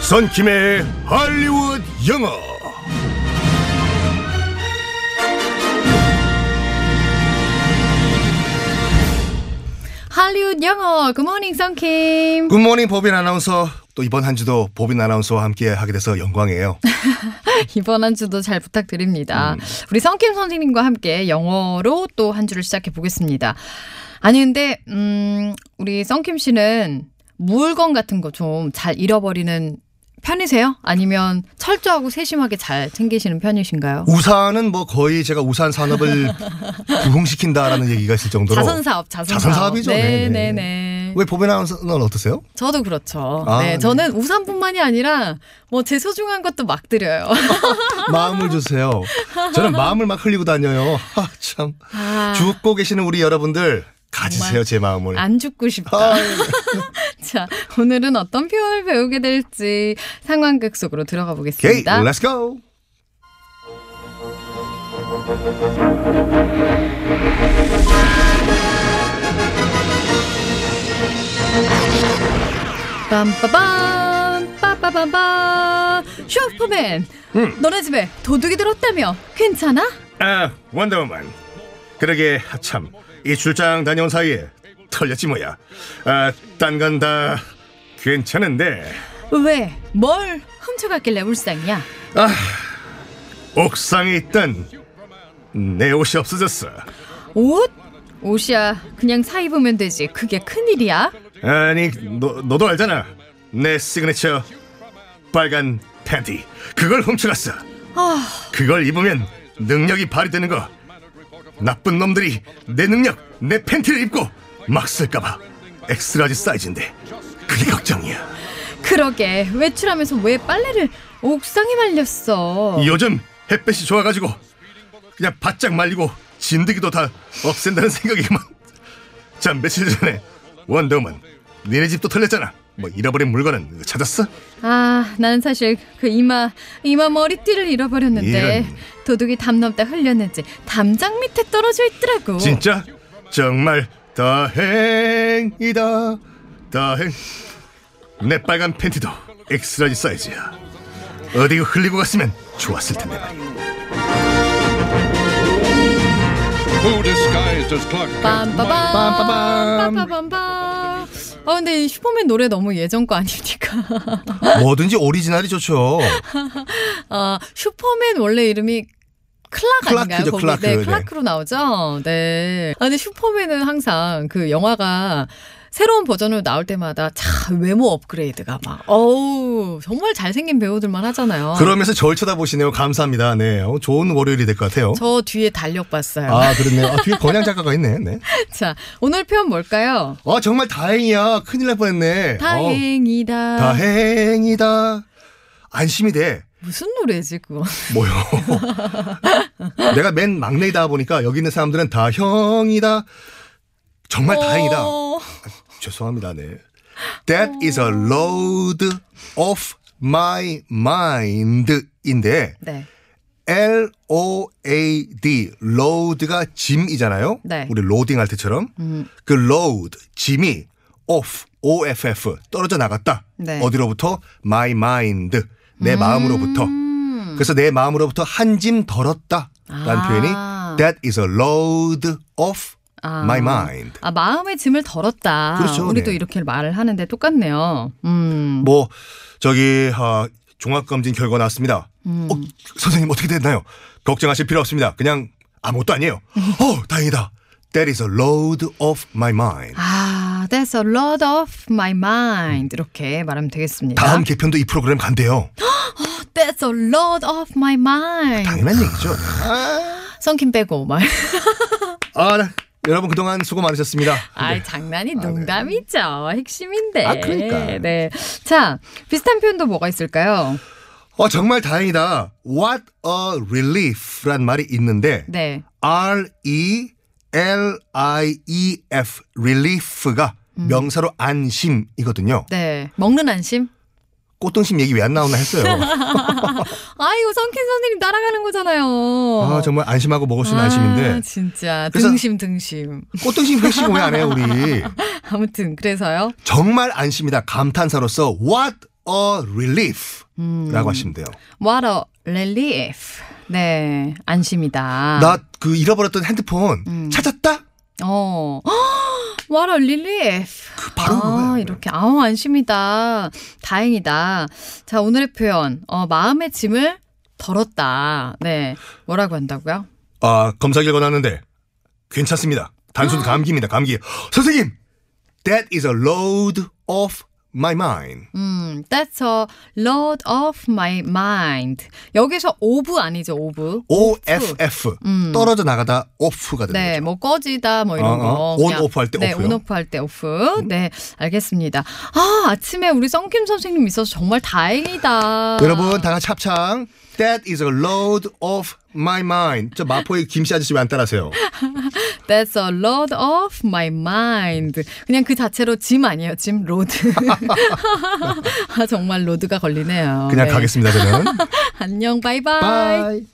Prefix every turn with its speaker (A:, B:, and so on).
A: 선킴의 할리우드 영어.
B: 할리우드 영어 굿모닝 썬킴
A: 굿모닝 법인 아나운서. 또 이번 한 주도 법인 아나운서와 함께 하게 돼서 영광이에요.
B: 이번 한 주도 잘 부탁드립니다. 우리 썬킴 선생님과 함께 영어로 또 한 주를 시작해 보겠습니다. 아니 근데 음 우리 썬킴 씨는 물건 같은 거 좀 잘 잃어버리는 편이세요? 아니면 철저하고 세심하게 잘 챙기시는 편이신가요?
A: 우산은 뭐 거의 제가 우산 산업을 부흥시킨다라는 얘기가 있을 정도로.
B: 자선 사업, 자선
A: 자선
B: 사업.
A: 사업이죠.
B: 네,
A: 네네.
B: 네, 네.
A: 왜 법인 아나운서는 어떠세요?
B: 저도 그렇죠.
A: 아,
B: 네,
A: 네.
B: 저는 우산뿐만이 아니라 뭐 제 소중한 것도 막 드려요.
A: 마음을 주세요. 저는 마음을 막 흘리고 다녀요. 아, 참.
B: 아.
A: 죽고 계시는 우리 여러분들 가지세요
B: 정말
A: 제 마음을.
B: 안 죽고 싶다.
A: 네. 아,
B: 자, 오늘은 어떤 표현을 배우게 될지 상황극 속으로 들어가
A: 오케이,
B: 보겠습니다.
A: let's go.
B: 빰빠밤, 빠빠밤밤. 슈퍼맨,
A: 음.
B: 너네 집에 도둑이 들었다며? 괜찮아?
A: 아, 원더우먼. 그러게 참, 이 출장 다녀온 사이에 털렸지 뭐야. 아, 딴 건 다 괜찮은데
B: 왜? 뭘 훔쳐갔길래 울상이야?
A: 옥상에 있던 내 옷이 없어졌어.
B: 옷? 옷이야. 그냥 사 입으면 되지. 그게 큰일이야?
A: 아니, 너, 너도 알잖아. 내 시그니처 빨간 팬티. 그걸 훔쳐갔어.
B: 아,
A: 그걸 입으면 능력이 발휘되는 거. 나쁜 놈들이 내 능력, 내 팬티를 입고 막 쓸까봐. 엑스라지 사이즈인데 그게 걱정이야.
B: 그러게. 외출하면서 왜 빨래를 옥상에 말렸어?
A: 요즘 햇볕이 좋아가지고 그냥 바짝 말리고 진드기도 다 없앤다는 생각이만. 참 며칠 전에 원더우먼 니네 집도 털렸잖아. 뭐 잃어버린 물건은 찾았어?
B: 아, 나는 사실 그 이마 이마 머리띠를 잃어버렸는데
A: 이런.
B: 도둑이 담 넘다 흘렸는지 담장 밑에 떨어져 있더라고.
A: 진짜? 정말 다행이다. 다행. 내 빨간 팬티도 엑스라지 사이즈야. 어디 흘리고 갔으면 좋았을 텐데 말이야.
C: Who disguised as Clark Kent?
B: 빰빠밤.
C: might-
A: 빰빠밤.
B: 빰빠밤빰빰. 아 근데 이 슈퍼맨 노래 너무 예전 거 아닙니까?
A: 뭐든지 오리지널이 좋죠.
B: 아 슈퍼맨 원래 이름이 클락 아닌가요?
A: 클라크죠,
B: 거기
A: 클라크.
B: 네,
A: 네.
B: 클라크로 나오죠. 네. 아 근데 슈퍼맨은 항상 그 영화가 새로운 버전으로 나올 때마다 참 외모 업그레이드가 막 어우 정말 잘생긴 배우들만 하잖아요.
A: 그러면서 절 쳐다보시네요. 감사합니다. 네, 어, 좋은 월요일이 될 것 같아요.
B: 저 뒤에 달력 봤어요.
A: 아, 그렇네요. 아, 뒤에 권양 작가가 있네. 네.
B: 자, 오늘 표현 뭘까요?
A: 아, 정말 다행이야. 큰일 날 뻔했네. 어,
B: 다행이다.
A: 다행이다. 안심이 돼.
B: 무슨 노래지 그거?
A: 뭐요? 내가 맨 막내이다 보니까 여기 있는 사람들은 다 형이다. 정말 다행이다.
B: 어,
A: 죄송합니다. 네. That is a load off my mind인데
B: 네.
A: L O A D load가 짐이잖아요.
B: 네. 음.
A: 우리 로딩 할 때처럼 그 load 짐이 off O F F 떨어져 나갔다.
B: 네.
A: 어디로부터 my mind 내 마음으로부터. 그래서 내 마음으로부터 한 짐 덜었다라는
B: 아.
A: 표현이 that is a load off
B: 아.
A: my mind.
B: 아, 마음의 짐을 덜었다.
A: 그렇죠,
B: 우리도
A: 네.
B: 이렇게 말을 하는데 똑같네요. 음.
A: 뭐 저기 아, 종합검진 결과 나왔습니다.
B: 음.
A: 어, 선생님 어떻게 됐나요? 걱정하실 필요 없습니다. 그냥 아무것도 아니에요. 어 다행이다. That is a load off my mind.
B: 아, that's a lot of my mind. 이렇게 말하면
A: 음.
B: 되겠습니다.
A: 다음 개편도 이 프로그램 간대요.
B: That's a lot of my mind.
A: 아, 당연한 네. 얘기죠.
B: 성킴 빼고 말.
A: 아 네. 여러분 그동안 수고 많으셨습니다. 네.
B: 아이 장난이 농담이죠. 핵심인데.
A: 아, 그러니까.
B: 네. 자, 비슷한 표현도 뭐가 있을까요?
A: 어 정말 다행이다. What a relief란 말이 있는데
B: 네.
A: R E L I E F relief가
B: 음.
A: 명사로 안심이거든요.
B: 네. 먹는 안심?
A: 꽃등심 얘기 왜 안 나오나 했어요.
B: 아이고, 성킨 선생님 따라가는 거잖아요.
A: 아 정말 안심하고 먹을 수 있는
B: 어. 아,
A: 안심인데
B: 진짜.
A: 그래서-
B: 등심, 등심.
A: 꽃등심 회식 왜 안 해요 우리?
B: 아무튼, 그래서요.
A: 정말 안심이다 감탄사로서 What a relief라고 하시면 돼요.
B: 음. What a relief. 네, 안심이다.
A: 나 그 잃어버렸던 핸드폰
B: 음.
A: 찾았다?
B: 어. What a relief.
A: 바로
B: 아,
A: 그거예요.
B: 이렇게 아우 안심이다. 다행이다. 자, 오늘의 표현. 어, 마음의 짐을 덜었다. 네. 뭐라고 한다고요?
A: 아, 검사 결과 나왔는데 괜찮습니다. 단순
B: 아.
A: 감기입니다. 감기. 선생님, that is a load off my mind.
B: 음, that's a load off my mind. 여기서 오브 아니죠, 오브.
A: O F F 떨어져 나가다 off가 되는
B: 음. 네,
A: 거죠.
B: 뭐 꺼지다 뭐 이런
A: 어, 어.
B: 거.
A: 온,
B: 그냥-
A: 오프 할때
B: 네,
A: 오프요? 음.
B: 온 오프 할 때 오프. 네, 알겠습니다. 아, 아침에 우리 썬킴 선생님 있어서 정말 다행이다.
A: 여러분 다 같이 합창. That is a load off my mind. 저 마포의 김씨 아저씨 왜 안 따라하세요?
B: That's a load off my mind. 그냥 그 자체로 짐 아니에요, 짐 로드. 아, 정말 로드가 걸리네요.
A: 그냥
B: 네.
A: 가겠습니다 저는.
B: 안녕, 바이바이.
A: 바이.